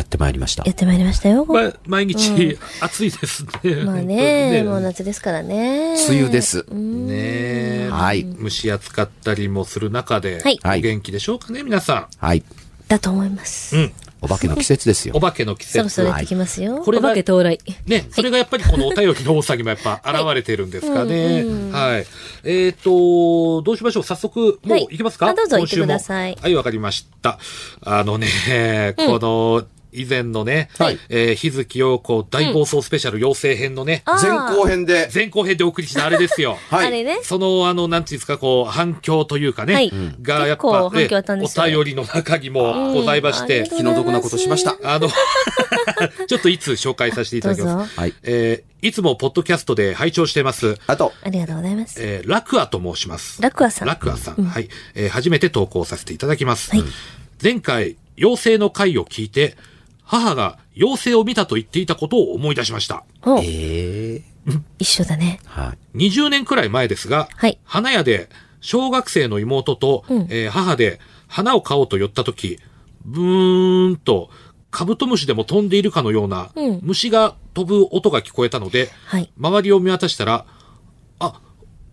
ってまいりましたや。ってまいりましたよ。ま、毎日暑いですね。まあ本当にね、もう夏ですからね。梅雨です。うん。ねえはい蒸し暑かったりもする中で、はいはいお元気でしょうかね、皆さはい。だと思います。ん。うん。お化けの季節ですよお。化けの季そろそろ節。やってきますよ。これおが化け到来。ね、それがやっぱりこのお便りの多さにもやっぱ現れてるんですかね。はい。えっ、と、どうしましょう早速、もうはい行きますか、あどうぞ今週も行ってくださいはい、わかりました。あのね、この、以前のね、はいえー、日月陽子大暴走スペシャル妖精編のね、あー前後編で。前後編でお送りしたあれで すよ。あはい。れね。その、あの、なんていうんですか、こう、反響というかね、はいが、や結っ構ぱ、反響あったんですよねお便りの中にもございましうんあてりが、とう気の毒なことしました。あの、 ちょっといつ紹介させていただきどまうす。ぞはい。えーいつもポッドキャストで拝聴しています、あと、ありがとうございます。えーラクアと申します。ラクアさん。ラクアさん。はい。えー初めて投稿させていただきます。前回、妖精の回を聞いて、母が妖精を見たと言っていたことを思い出しました。おええ一緒だね。はい。 20年くらい前ですが、はい花屋で小学生の妹と、えー母で花を買おうと寄った時、ブーンとカブトムシでも飛んでいるかのような、うん虫が飛ぶ音が聞こえたので、はい。周りを見渡したら、あ、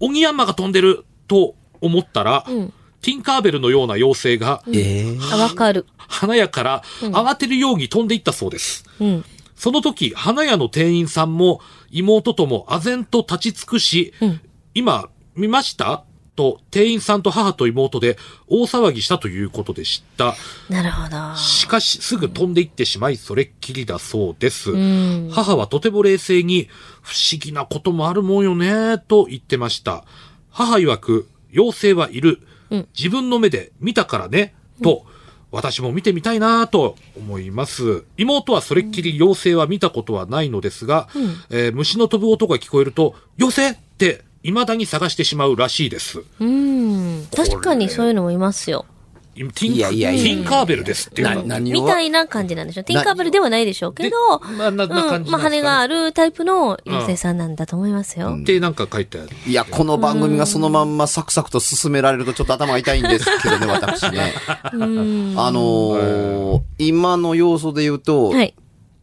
オギヤンマが飛んでると思ったら、うんティンカーベルのような妖精が、ええあ、わかる。花屋から慌てるように飛んでいったそうです。うん。その時、花屋の店員さんも妹とも唖然と立ち尽くし、うん今、見ましたと、店員さんと母と妹で大騒ぎしたということでした。なるほど。しかし、すぐ飛んでいってしまい、それっきりだそうです。うん。母はとても冷静に、不思議なこともあるもんよね、と言ってました。母曰く、妖精はいうる。ん自分の目で見たからね、と、私も見てみたいなと思います。妹はそれっきり妖精は見たことはないのですが、んえー虫の飛ぶ音が聞こえると、妖精って未だに探してしまうらしいです。うん。確かにそういうのもいますよ。ティンいやいやいやティンカーベルですっていうなのが何をみたいな感じなんでしょ。ティンカーブルではないでしょうけど、でまあなな感うん。じまなあ、んで羽すかねがあるタイプの妖精さんなんだと思いますよ。ってなんか書いてある。いや、この番組がそのまんまサクサクと進められるとちょっと頭痛いんですけど ね、私ね。あのー今の要素で言うと、はい。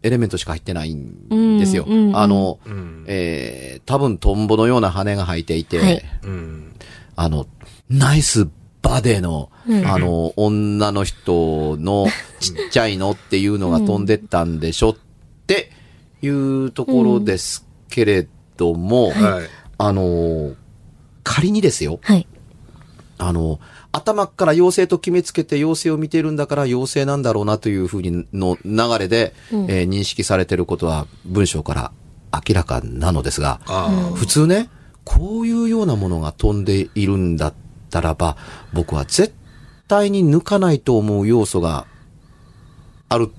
エレメントしか入ってないんですよ。うんうんうんあの、んえー、多分トンボのような羽が生えていて、はいうん。あの、ナイスバデの、あの、女の人の ちっちゃいのっていうのが飛んでったんでしょっていうところですけれども、はい。あの、仮にですよ、はい。あの、頭から妖精と決めつけて妖精を見てるんだから妖精なんだろうなというふうにの流れで、えー認識されてることは文章から明らかなのですが、ああ。普通ね、こういうようなものが飛んでいるんだったらば、僕は絶対に抜かないと思う要素がある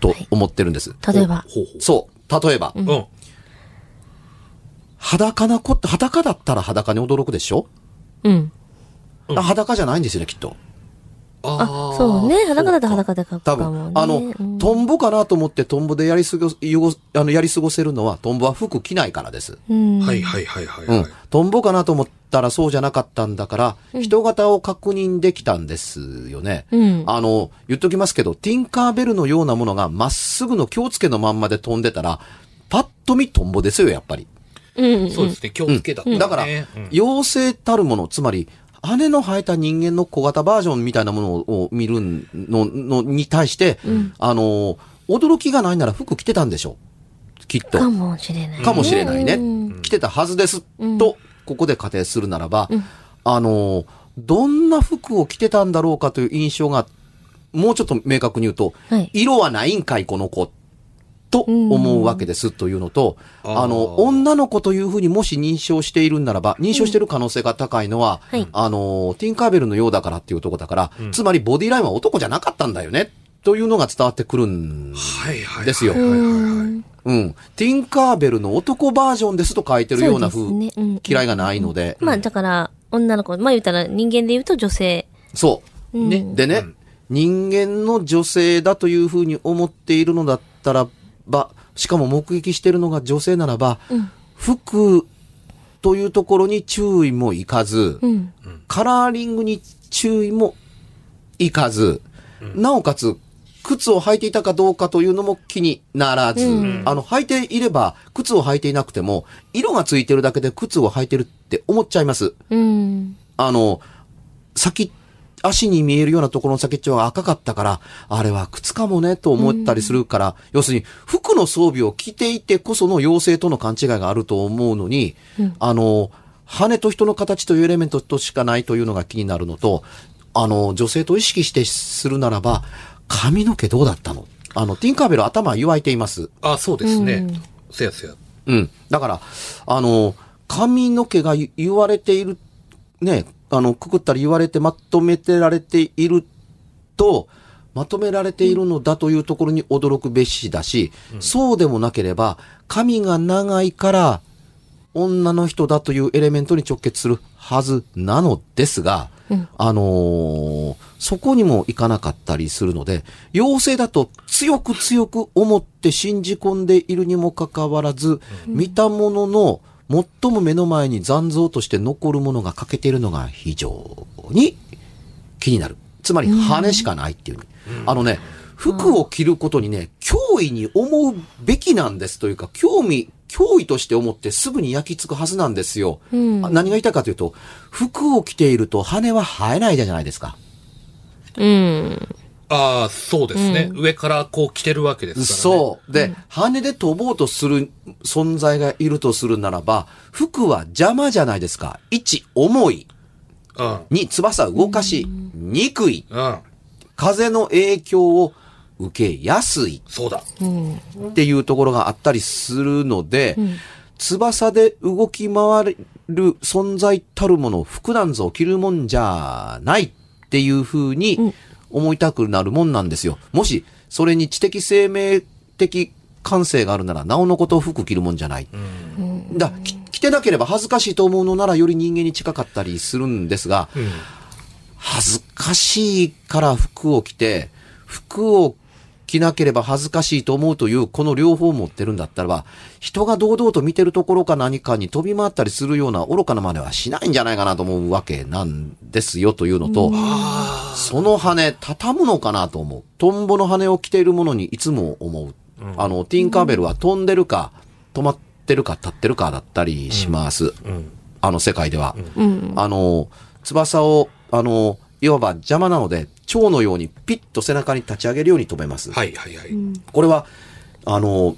と思ってるんです。例えば。ほうほう。そう。例えば、うん。裸なこ裸だったら裸に驚くでしょ、うん。うん裸じゃないんですよね、きっと。あそうね。裸だと裸で書く多か分、もね。あの、うんトンボかなと思ってトンボでやりすご、ゆごあの、やり過ごせるのは、トンボは服着ないからです。うん。はいはいはいはい、うはいん。トンボかなと思ったらそうじゃなかったんだから、人型を確認できたんですよね。うんあの、言っときますけど、ティンカーベルのようなものがまっすぐの気をつけのまんまで飛んでたら、パッと見トンボですよ、やっぱり。うん。そうですね、気をつけだったね、だから、うん妖精たるもの、つまり、羽の生えた人間の小型バージョンみたいなものを見るの、の、に対して、あの、驚きがないなら服着てたんでしょう。きっと。かもしれない。かもしれないね。うん来てたはずです、と、ここで仮定するならば、あの、どんな服を着てたんだろうかという印象が、もうちょっと明確に言うと、はい色はないんかい、この子。と思うわけですというのと、うんああの、ー女の子というふうにもし認証しているならば、認証している可能性が高いのは、はいあの、ティンカーベルのようだからっていうとこだから、つまりボディラインは男じゃなかったんだよね、というのが伝わってくるんはいはい。ですよはいはいはい。うん。ティンカーベルの男バージョンですと書いてるようなそ風、うですねうん嫌いがないので。まあ、だから、女の子、まあ言ったら人間で言うと女性。そう。うんね。でね、人間の女性だという風に思っているのだったらば、しかも目撃しているのが女性ならば、服というところに注意もいかず、うん。カラーリングに注意もいかず、なおかつ、靴を履いていたかどうかというのも気にならず、あの、履いていれば、靴を履いていなくても、色がついてるだけで靴を履いてるって思っちゃいます。うん。あの、先、足に見えるようなところの先っちょが赤かったから、あれは靴かもね、と思ったりするから、要するに、服の装備を着ていてこその妖精との勘違いがあると思うのに、あの、羽と人の形というエレメントとしかないというのが気になるのと、あの、女性と意識してするならば、髪の毛どうだったのあの、ティンカーベル頭湯わいています。あ、そうですね。せやせや。うん。だから、あの、髪の毛がゆ言われている、ね、あの、くくったり言われてまとめてられていると、まとめられているのだというところに驚くべしだし、そうでもなければ、髪が長いから、女の人だというエレメントに直結するはずなのですが、あのーそこにもいかなかったりするので、妖精だと強く強く思って信じ込んでいるにもかかわらず、見たものの最も目の前に残像として残るものが欠けているのが非常に気になる。つまり羽しかないっていう、あのね、服を着ることにね、脅威に思うべきなんですというか、興味、脅威として思ってすぐに焼き付くはずなんですよ。うんあ何が言いたいかというと、服を着ていると羽は生えないじゃないですか。うん。ああ、そうですね。上からこう着てるわけですからね。そう。で、羽で飛ぼうとする存在がいるとするならば、服は邪魔じゃないですか。1、重い。う。うん。 2、翼動かしにくい。うん。風の影響を受けやすい。そうだ。っていうところがあったりするので、翼で動き回る存在たるもの、服なんぞ着るもんじゃないっていうふうに思いたくなるもんなんですよ。もし、それに知的生命的感性があるなら、なおのこと服着るもんじゃない。だき着てなければ恥ずかしいと思うのなら、より人間に近かったりするんですが、うん。恥ずかしいから服を着て、服を着なければ恥ずかしいと思うという、この両方を持ってるんだったらば、人が堂々と見てるところか何かに飛び回ったりするような愚かな真似はしないんじゃないかなと思うわけなんですよというのと、その羽、畳むのかなと思う。トンボの羽を着ているものにいつも思う。あの、ティンカーベルは飛んでるか、止まってるか立ってるかだったりします。うん。あの世界では。うん。あの、翼を、あの、いわば邪魔なので、蝶のようにピッと背中に立ち上げるように飛べます。はいはいはい。これは、あの、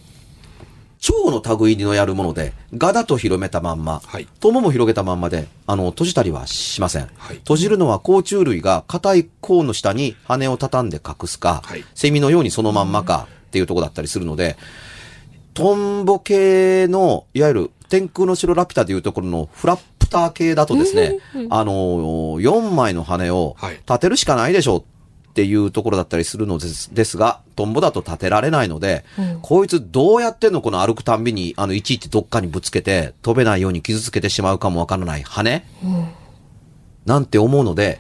蝶の類のやるもので、ガだと広めたまんま、はい友も広げたまんまで、あの、閉じたりはしません。はい閉じるのは甲虫類が硬い甲の下に羽を畳んで隠すか、はいセミのようにそのまんまかっていうとこだったりするので、トンボ系の、いわゆる天空の城ラピュタでいうところのフラップター系だとですね、あの、4枚の羽をはい立てるしかないでしょうっていうところだったりするのですですが、トンボだと立てられないので、こいつどうやってんのこの歩くたんびに、あの、いちいちどっかにぶつけて、飛べないように傷つけてしまうかもわからない羽、なんて思うので、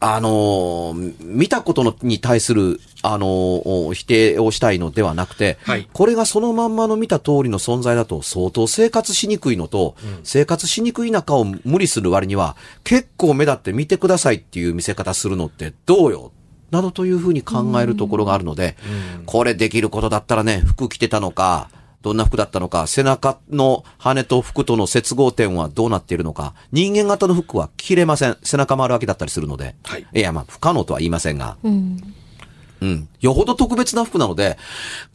あのー見たことのに対する、あのー否定をしたいのではなくて、はいこれがそのまんまの見た通りの存在だと相当生活しにくいのと、生活しにくい中を無理する割には、結構目立って見てくださいっていう見せ方するのってどうよなどというふうに考えるところがあるので、これできることだったらね、服着てたのか、どんな服だったのか、背中の羽と服との接合点はどうなっているのか、人間型の服は着れません。背中丸開けだったりするので。はいいや、まあ、不可能とは言いませんが。うん。うん。よほど特別な服なので、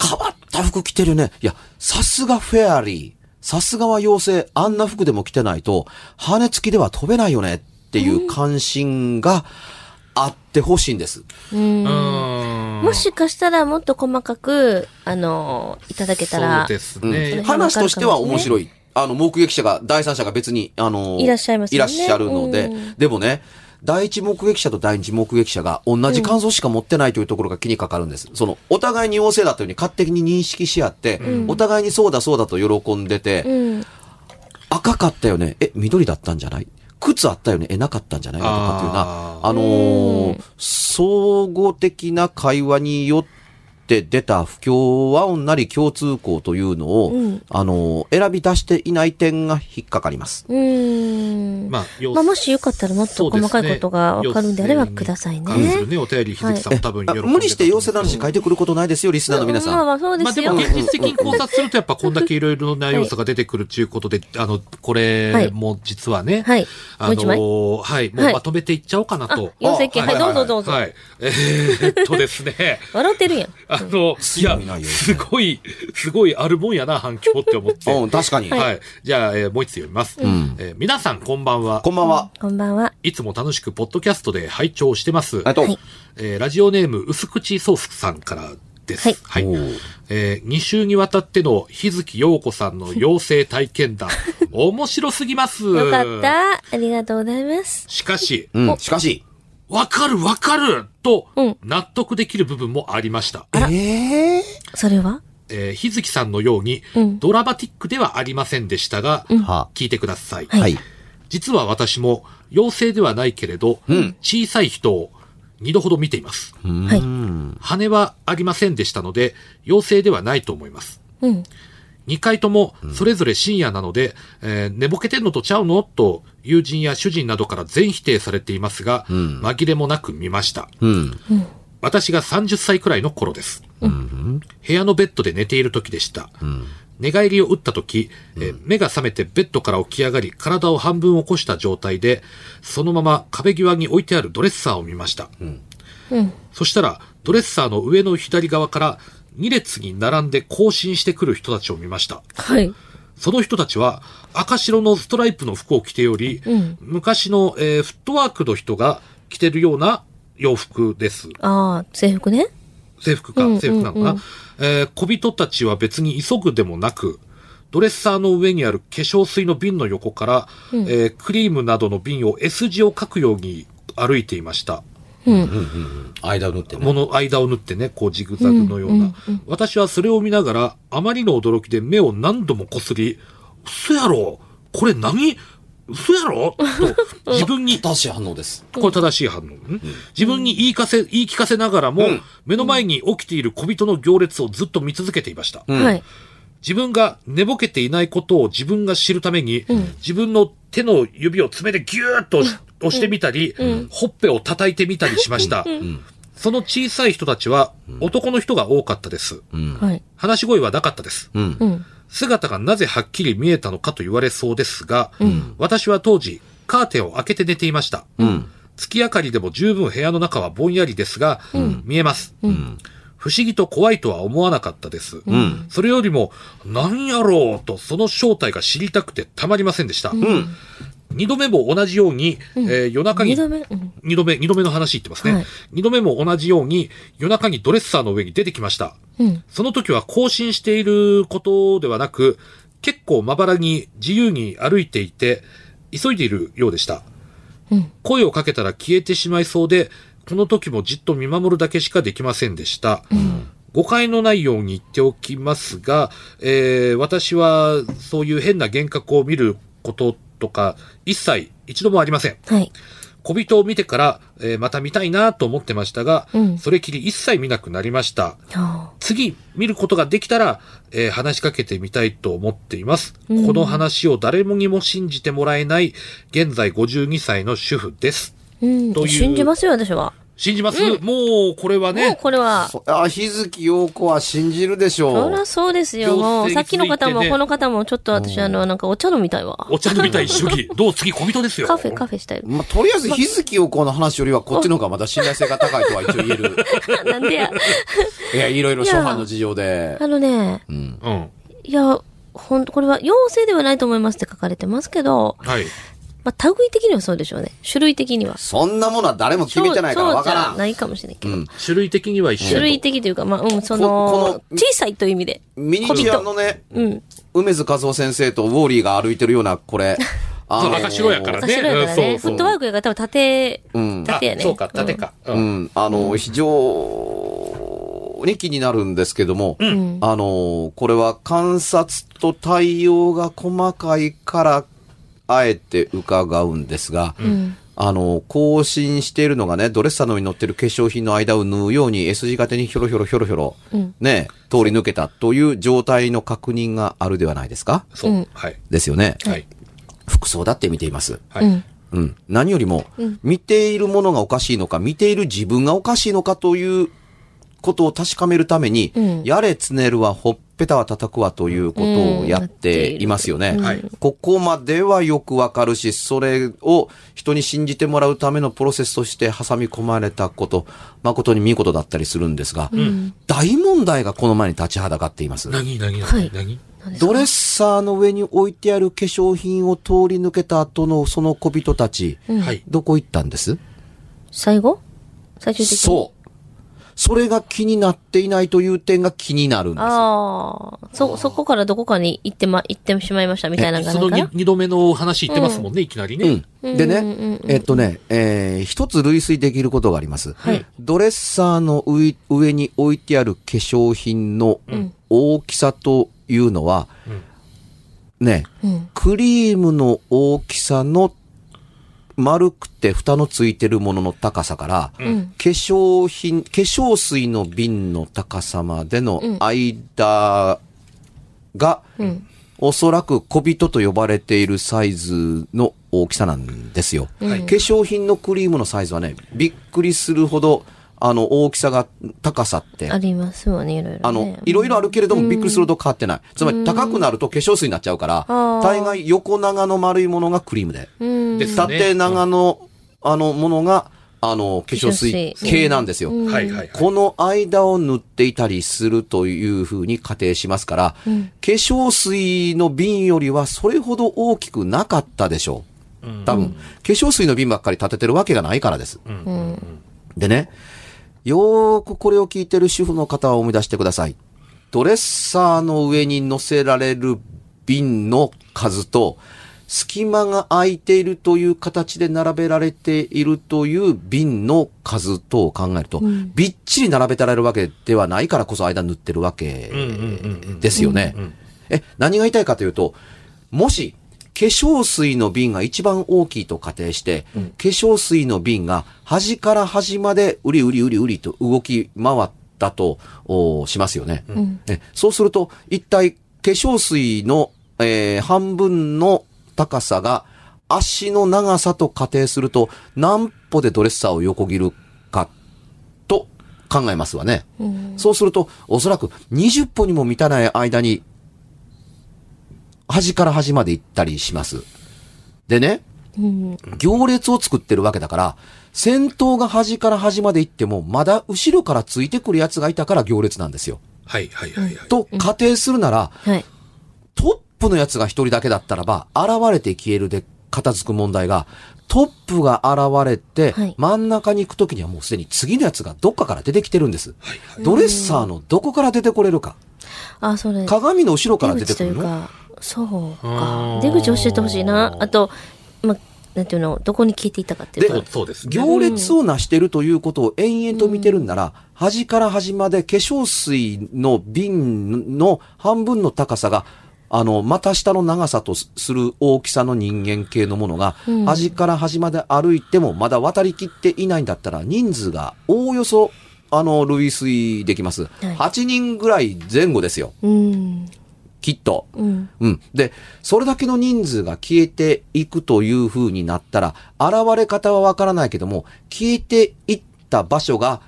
変わった服着てるね。いや、さすがフェアリー。さすがは妖精。あんな服でも着てないと、羽付きでは飛べないよねっていう関心があってほしいんです。うん。うん。もしかしたらもっと細かく、あの、いただけたら、そうですうんね。話としては面白い。あの、目撃者が、第三者が別に、あの、いらっしゃいますよねいらっしゃるので、うんでもね、第一目撃者と第二目撃者が同じ感想しか持ってないというところが気にかかるんです。その、お互いに妖精だというふうに勝手に認識し合って、お互いにそうだそうだと喜んでて、うん。赤かったよね。え、緑だったんじゃない靴あったよね。え、なかったんじゃないとかっていうような、ああのー総合的な会話によって出た不協和音なり共通項というのを、あのー選び出していない点が引っかかります。うん。まあ、要まあ、もしよかったらもっと細かいことがわかるんであればくださいね。そうですね要請に関するね、お便り、秀樹さんも多分喜あんでる無理して要請の話書いてくることないですよ、リスナーの皆まあさん。まあそうでまあすでよ。も現実的に考察するとやっぱこんだけいろいろな要素が出てくるっていうことで、あの、こはれいも実はね、はいあものう一枚ーはい、もうはいまとめていっちゃおうかなと。あ要請系あはいどうぞどうぞはい。えーっとですね、 笑ってるやん。あの、い強いなや、要請すごい、すごいあるもんやな、反響って思っ て。うん、確かに。はい。じゃあ、えーもう一つ読みます。んえー皆さんこんばんはこ。んばんは。こんばんは。いつも楽しくポッドキャストで拝聴してます。ありがとう。えーラジオネーム、薄口ソースさんからです。は。はいいえ2週にわたっての日月陽子さんの養成体験 談、面白すぎます。よかっ。た。ありがとうございます。しかし、うん、しかし。わかるわかるとうん、納得できる部分もありました。ええそれはえー日月さんのように、うんドラマティックではありませんでしたが、は聞いてください。あ。はい。実は私も、妖精ではないけれど、小さい人を2度ほど見ています。はい。羽はありませんでしたので、妖精ではないと思います。うん。 2回とも、それぞれ深夜なので、えー寝ぼけてんのとちゃうのと、友人や主人などから全否定されていますが、紛れもなく見ました。うん。私が30歳くらいの頃です。部屋のベッドで寝ている時でした。寝返りを打った時、えー目が覚めてベッドから起き上がり、体を半分起こした状態で、そのまま壁際に置いてあるドレッサーを見ました。うん。そしたら、ドレッサーの上の左側から、2列に並んで行進してくる人たちを見ました。はい。その人たちは赤白のストライプの服を着ており、うん昔の、えーフットワークの人が着てるような洋服です。ああ、制服ね。制服か、うんうんうん制服なのかな、えー小人たちは別に急ぐでもなく、ドレッサーの上にある化粧水の瓶の横から、えークリームなどの瓶を S 字を書くように歩いていました。うん。間を縫ってもの間を縫ってね、こうジグザグのような。私はそれを見ながら、あまりの驚きで目を何度もこすり、嘘やろこれ何嘘や ろと、自分に、正しい反応です。これ正しい反応。ん自分に言いかせ、言い聞かせながらも、目の前に起きている小人の行列をずっと見続けていました。はい。自分が寝ぼけていないことを自分が知るために、自分の手の指を爪でギューッと押し押してみたり、ほっぺを叩いてみたりしました。その小さい人たちは男の人が多かったです。はい。話し声はなかったです。うん。うん。姿がなぜはっきり見えたのかと言われそうですが、私は当時、カーテンを開けて寝ていました。うん。月明かりでも十分部屋の中はぼんやりですが、見えます、不思議と怖いとは思わなかったです。それよりも、何やろうとその正体が知りたくてたまりませんでした。ん二度目も同じように、えー夜中に二度目。うん。二度目、二度目の話言ってますね。はい二度目も同じように、夜中にドレッサーの上に出てきました。うん。その時は更新していることではなく、結構まばらに自由に歩いていて、急いでいるようでした。うん声をかけたら消えてしまいそうで、この時もじっと見守るだけしかできませんでした。誤解のないように言っておきますが、えー私はそういう変な幻覚を見ることとか、一切一度もありません。はい。小人を見てから、えーまた見たいなと思ってましたが、うんそれきり一切見なくなりました。あ次見ることができたら、えー話しかけてみたいと思っています。うんこの話を誰もにも信じてもらえない、現在52歳の主婦でーす。うんという。信じますよ、私は。信じます、もう、これはもうね。これは。そあ、日月陽子は信じるでしょ。そうらそうですよ。行政もう、さっきの方についも、てねこの方も、ちょっと私、あの、なんかお茶飲みたいわ。お茶飲みたい主 義。どう次小人ですよ。カフェ、カフェしたい。まあ、とりあえず日月陽子の話よりはこっちの方がまだ信頼性が高いとは一応言え る。 なんでや。いや、いろいろ諸般の事情で。あのね、うん。うん。いや、ほんと、これは、妖精ではないと思いますって書かれてますけど、はい。まあ、類的にはそうでしょうね。種類的には。そんなものは誰も決めてないからわかそうらそうんじゃ。ないかもしれないけど。種類的には一緒。種類的というか、まあ、うん、そこの、この小さいという意味で。ミニチュアのね、うん。梅津和夫先生とウォーリーが歩いてるような、これ。あ そう赤白やからね面白いからね。うんそフうそうットワークやから多分縦、うん縦やね。あそうか、縦か。う。うんん、あの、非常に気になるんですけども、あの、これは観察と対応が細かいから、あえて伺うんですが、あの、更新しているのがね、ドレッサーの上に乗ってる化粧品の間を縫うように S 字型にひょろひょろひょろひょろ、うん。ね、通り抜けたという状態の確認があるではないですかそううんはい。ですよね。はい。服装だって見ています。はい。うんうん。何よりも、見ているものがおかしいのか、見ている自分がおかしいのかということを確かめるために、うんやれつねるはほっぺたは叩くわということをやっていますよね。うんはいここまではよくわかるし、それを人に信じてもらうためのプロセスとして挟み込まれたこと、誠に見事だったりするんですが、大問題がこの前に立ちはだかっています。何何はい何何ドレッサーの上に置いてある化粧品を通り抜けた後のその小人たち、うんはい。どこ行ったんです最後最終的に。そう。それが気になっていないという点が気になるんです。ああ。そ、そこからどこかに行ってま、行ってしまいましたみたいなそ感のじか二な。二度目の話言ってますもんね、いきなりね。う。うんんでうんうんね、えっとね、えー一つ類推できることがあります。はいドレッサーの上上に置いてある化粧品の大きさというのは、ね、うん。クリームの大きさの丸くて蓋のついてるものの高さから、うん。化粧品、化粧水の瓶の高さまでの間が、んおそらく小人と呼ばれているサイズの大きさなんですよ。はい化粧品のクリームのサイズはね、びっくりするほど、あの、大きさが、高さってあ、りますよね、いろいろ、ね。あの、いろいろあるけれどもびっくりするほど変わってない。つまり高くなると化粧水になっちゃうから、あー大概横長の丸いものがクリームで。うん。です縦長の、あの、ものが、あの、化粧水化粧水系なんですよ。うんはいはいはい。この間を塗っていたりするというふうに仮定しますから、化粧水の瓶よりはそれほど大きくなかったでしょう。多分、化粧水の瓶ばっかり立ててるわけがないからです。でね、よーくこれを聞いてる主婦の方は思い出してください。ドレッサーの上に乗せられる瓶の数と、隙間が空いているという形で並べられているという瓶の数とを考えると、びっちり並べたられるわけではないからこそ間塗ってるわけうんうんうんうんですよね。え、何が言いたいかというと、もし、化粧水の瓶が一番大きいと仮定して、化粧水の瓶が端から端までうりうりうりうりと動き回ったとおしますよね、ねそうすると、一体化粧水の、えー半分の高さが足の長さと仮定すると何歩でドレッサーを横切るかと考えますわね。そうすると、おそらく20歩にも満たない間に、端から端まで行ったりします。でね、行列を作ってるわけだから、先頭が端から端まで行っても、まだ後ろからついてくる奴がいたから行列なんですよ。はいはいはいはい。と仮定するなら、はい。トップのやつが一人だけだったらば、現れて消えるで片付く問題が、トップが現れて、はい真ん中に行くときにはもうすでに次のやつがどっかから出てきてるんです。はいはい。ドレッサーのどこから出てこれるか。あ、それ。鏡の後ろから出出てく口といるうのか、そうあかー。出口教えてほしいな。あと、ま、なんていうの、どこに聞いていたかっていうでと。、そうですね。行列を成してるということを延々と見てるんなら、端から端まで化粧水の瓶の半分の高さが、あの、股下の長さとすする大きさの人間系のものが、端から端まで歩いてもまだ渡りきっていないんだったら、人数がおおよそ、あの、類推できます。い8人ぐらい前後ですよ、うん。きっと。うん。うん。で、それだけの人数が消えていくという風になったら、現れ方はわからないけども、消えていった場所が、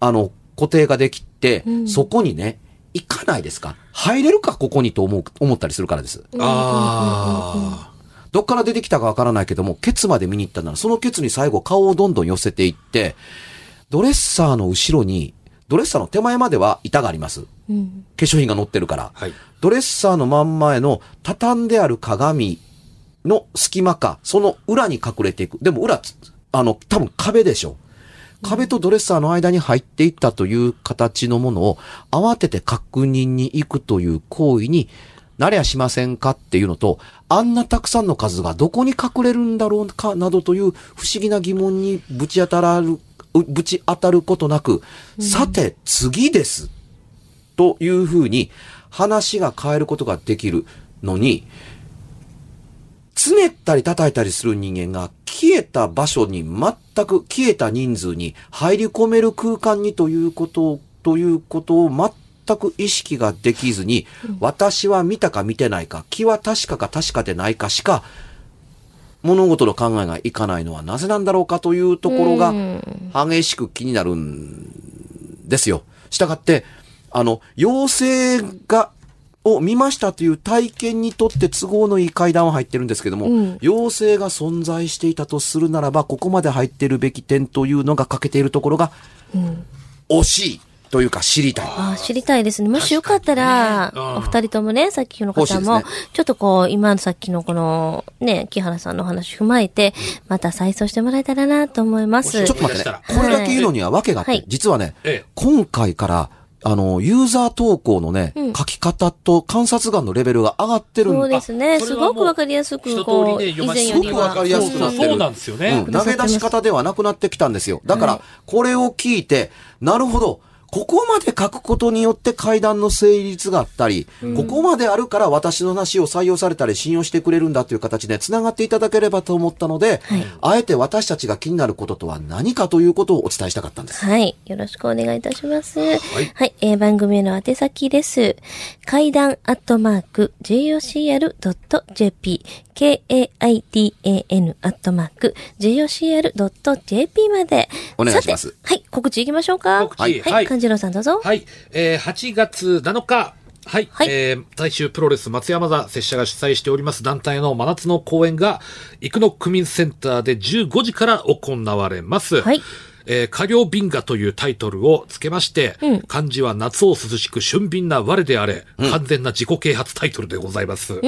あの、固定ができて、そこにね、行かないですか入れるか、ここにと思う、思ったりするからです。あどっから出てきたかわからないけども、ケツまで見に行ったなら、そのケツに最後顔をどんどん寄せていって、ドレッサーの後ろに、ドレッサーの手前までは板があります。化うん。粧品が乗ってるから。あ。はい。ドレッサーの真ん前の畳んである鏡の隙間か、その裏に隠れていく。でも裏つ、あの、多分壁でしょ。壁とドレッサーの間に入っていったという形のものを慌てて確認に行くという行為になりゃしませんかっていうのと、あんなたくさんの数がどこに隠れるんだろうかなどという不思議な疑問にぶち当たらる、うぶち当たることなく、さて次ですというふうに話が変えることができるのに、つねったり叩いたりする人間が消えた場所に全く消えた人数に入り込める空間にということを、ということを全く意識ができずに、私は見たか見てないか、気は確かか確かでないかしか物事の考えがいかないのはなぜなんだろうかというところがうん激しく気になるんですよ。したがって、あの、妖精が、を見ましたという体験にとって都合のいい階段は入ってるんですけども、うん妖精が存在していたとするならば、ここまで入ってるべき点というのが欠けているところが、惜しいというか知りたい。あ知りたいですね。もしよかったら、確かにねうおん二人ともね、さっきの欲しい方ですも、ねちょっとこう、今のさっきのこの、ね、木原さんのお話踏まえて、また再送してもらえたらなと思いまうす。んちょっと待ってね思い。こ出れだけ言うのには訳があって、はい実はね、ええ今回から、あの、ユーザー投稿のね、うん書き方と観察眼のレベルが上がってるんそうですね。あそれすはもうごくわかりやす一く、こ通う、以りね読ま前せよてりすごくわは。かりやすくなってるそうなんですよね。うん、投げ出し方ではなくなってきたんですよ。だから、これを聞いて、なるほど、ここまで書くことによって階段の成立があったり、ここまであるから私の話を採用されたり信用してくれるんだという形で繋がっていただければと思ったので、はいあえて私たちが気になることとは何かということをお伝えしたかったんです。はい。よろしくお願いいたします。はいい。えー番組への宛先です。階段アットマーク、jocr.jp、k-a-i-d-a-n アットマーク、jocr.jp まで。お願いしますさてはい。告知いきましょうか。告知はいはい。勘次郎さんどうぞ。はい、えー8月7日。はい、はいえー、大衆プロレス松山座拙者が主催しております団体の真夏の公演が、生野区民センターで15時から行われます。はいえー、過料瓶河というタイトルをつけまして、うん漢字は夏を涼しく俊敏な我であれ、完全な自己啓発タイトルでございます。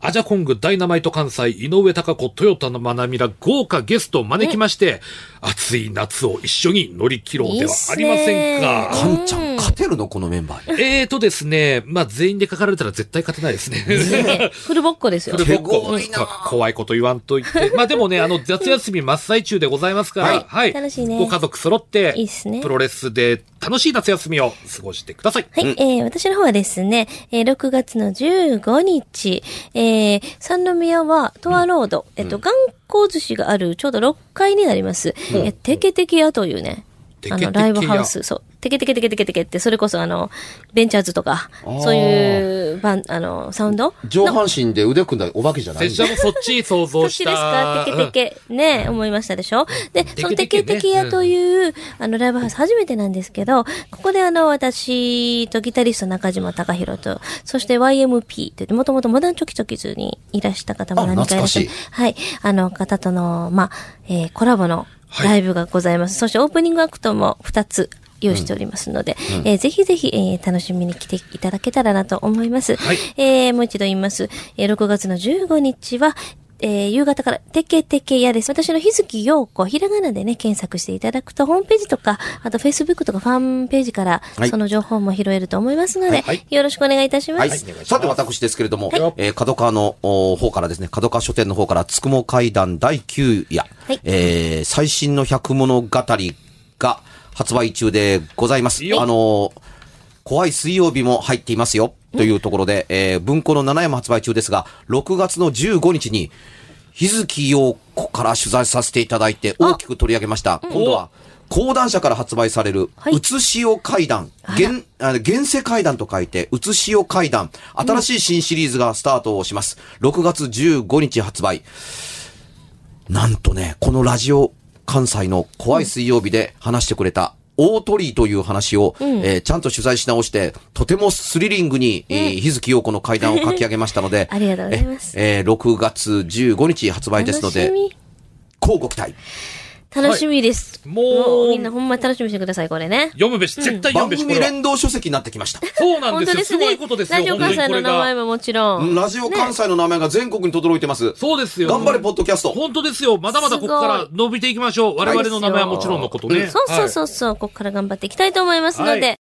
アジャコングダイナマイト関西、井上貴子、トヨタのまなみら豪華ゲストを招きまして、暑い夏を一緒に乗り切ろうではありませんか。いいっすねかんちゃ、うんん勝てるのこのメンバーに。えーとですね、まあ、全員で書かれたら絶対勝てな いですね。ね フルボッコですよ。手強いな怖いこと言わんといて。まあ、でもね、あの、夏休み真っ最中でございますから、ははいい。楽しいねご家族揃って、いいっすねプロレスで楽しい夏休みを過ごしてください。はい、えー私の方はですね、えー6月の15日、えー三宮はトアロード、えっと、眼光寿司があるちょうど6階になります、えーテケテケ屋というね、テケあテケの、屋ライブハウス、そう、テケテケテケテケテケって、それこそあの、ベンチャーズとか、そういうバン、あの、サウンド上半身で腕組んだお化けじゃないん拙だ者もそっち想像し年ですか た。テケテケ。ね、思いましたでしょで、そのテテケケテケテねケ屋という、あの、ライブハウス初めてなんですけど、ここであの、私とギタリスト中島隆弘と、そして YMP という、もともとモダンチョキチョキズにいらした方も何人かいらっしゃるあ懐かしい。はい。あの、方との、まあ、えーコラボのライブがございます。そしてオープニングアクトも2つ。用意しておりますので、えーぜひぜひ、えー楽しみに来ていただけたらなと思います。はいえーもう一度言います。えー6月の15日は、えー夕方から、てけてけやです。私の日月陽子、ひらがなでね、検索していただくと、ホームページとか、あと Facebook とかファンページからは、いその情報も拾えると思いますので、はいよろしくお願いいたします。はい。はい。さて、私ですけれども、えー、角川のおー方からですね、角川書店の方から、つくも階段第9夜、はいえー最新の百物語が発売中でございます。あのー怖い水曜日も入っていますよ、というところで、えー文庫の7夜も発売中ですが、6月の15日に、日月陽子から取材させていただいて、大きく取り上げました。今度は、講談社から発売される、はいう、つしお階段、現、あの、現世階段と書いて、うつしお階段、新しい新シリーズがスタートをします。6月15日発売。なんとね、このラジオ関西の怖い水曜日で話してくれた、大鳥居という話を、えーちゃんと取材し直して、とてもスリリングに、えー日月陽子の階段を書き上げましたので ありがとうございますええー6月15日発売ですの楽しで、み。乞うご期待。楽しみです。もうみんなほんまに楽しみにしてください、これね。読むべし、絶対読番むべし、こ組れは。連動書籍になってきました。そうなん本当ですよ。ですすね。ごいことですよ。ラジオ関西の名前も。ももちろん。ラジオ関西の名前が全国に轟いてます。そうですよ。頑張れ、ポッドキャスト。本当ですよ。まだまだここからす伸びていきましょう。我々の名前はもちろんのことね。そうそうはいそうそう、ここから頑張っていきたいと思いますので、はい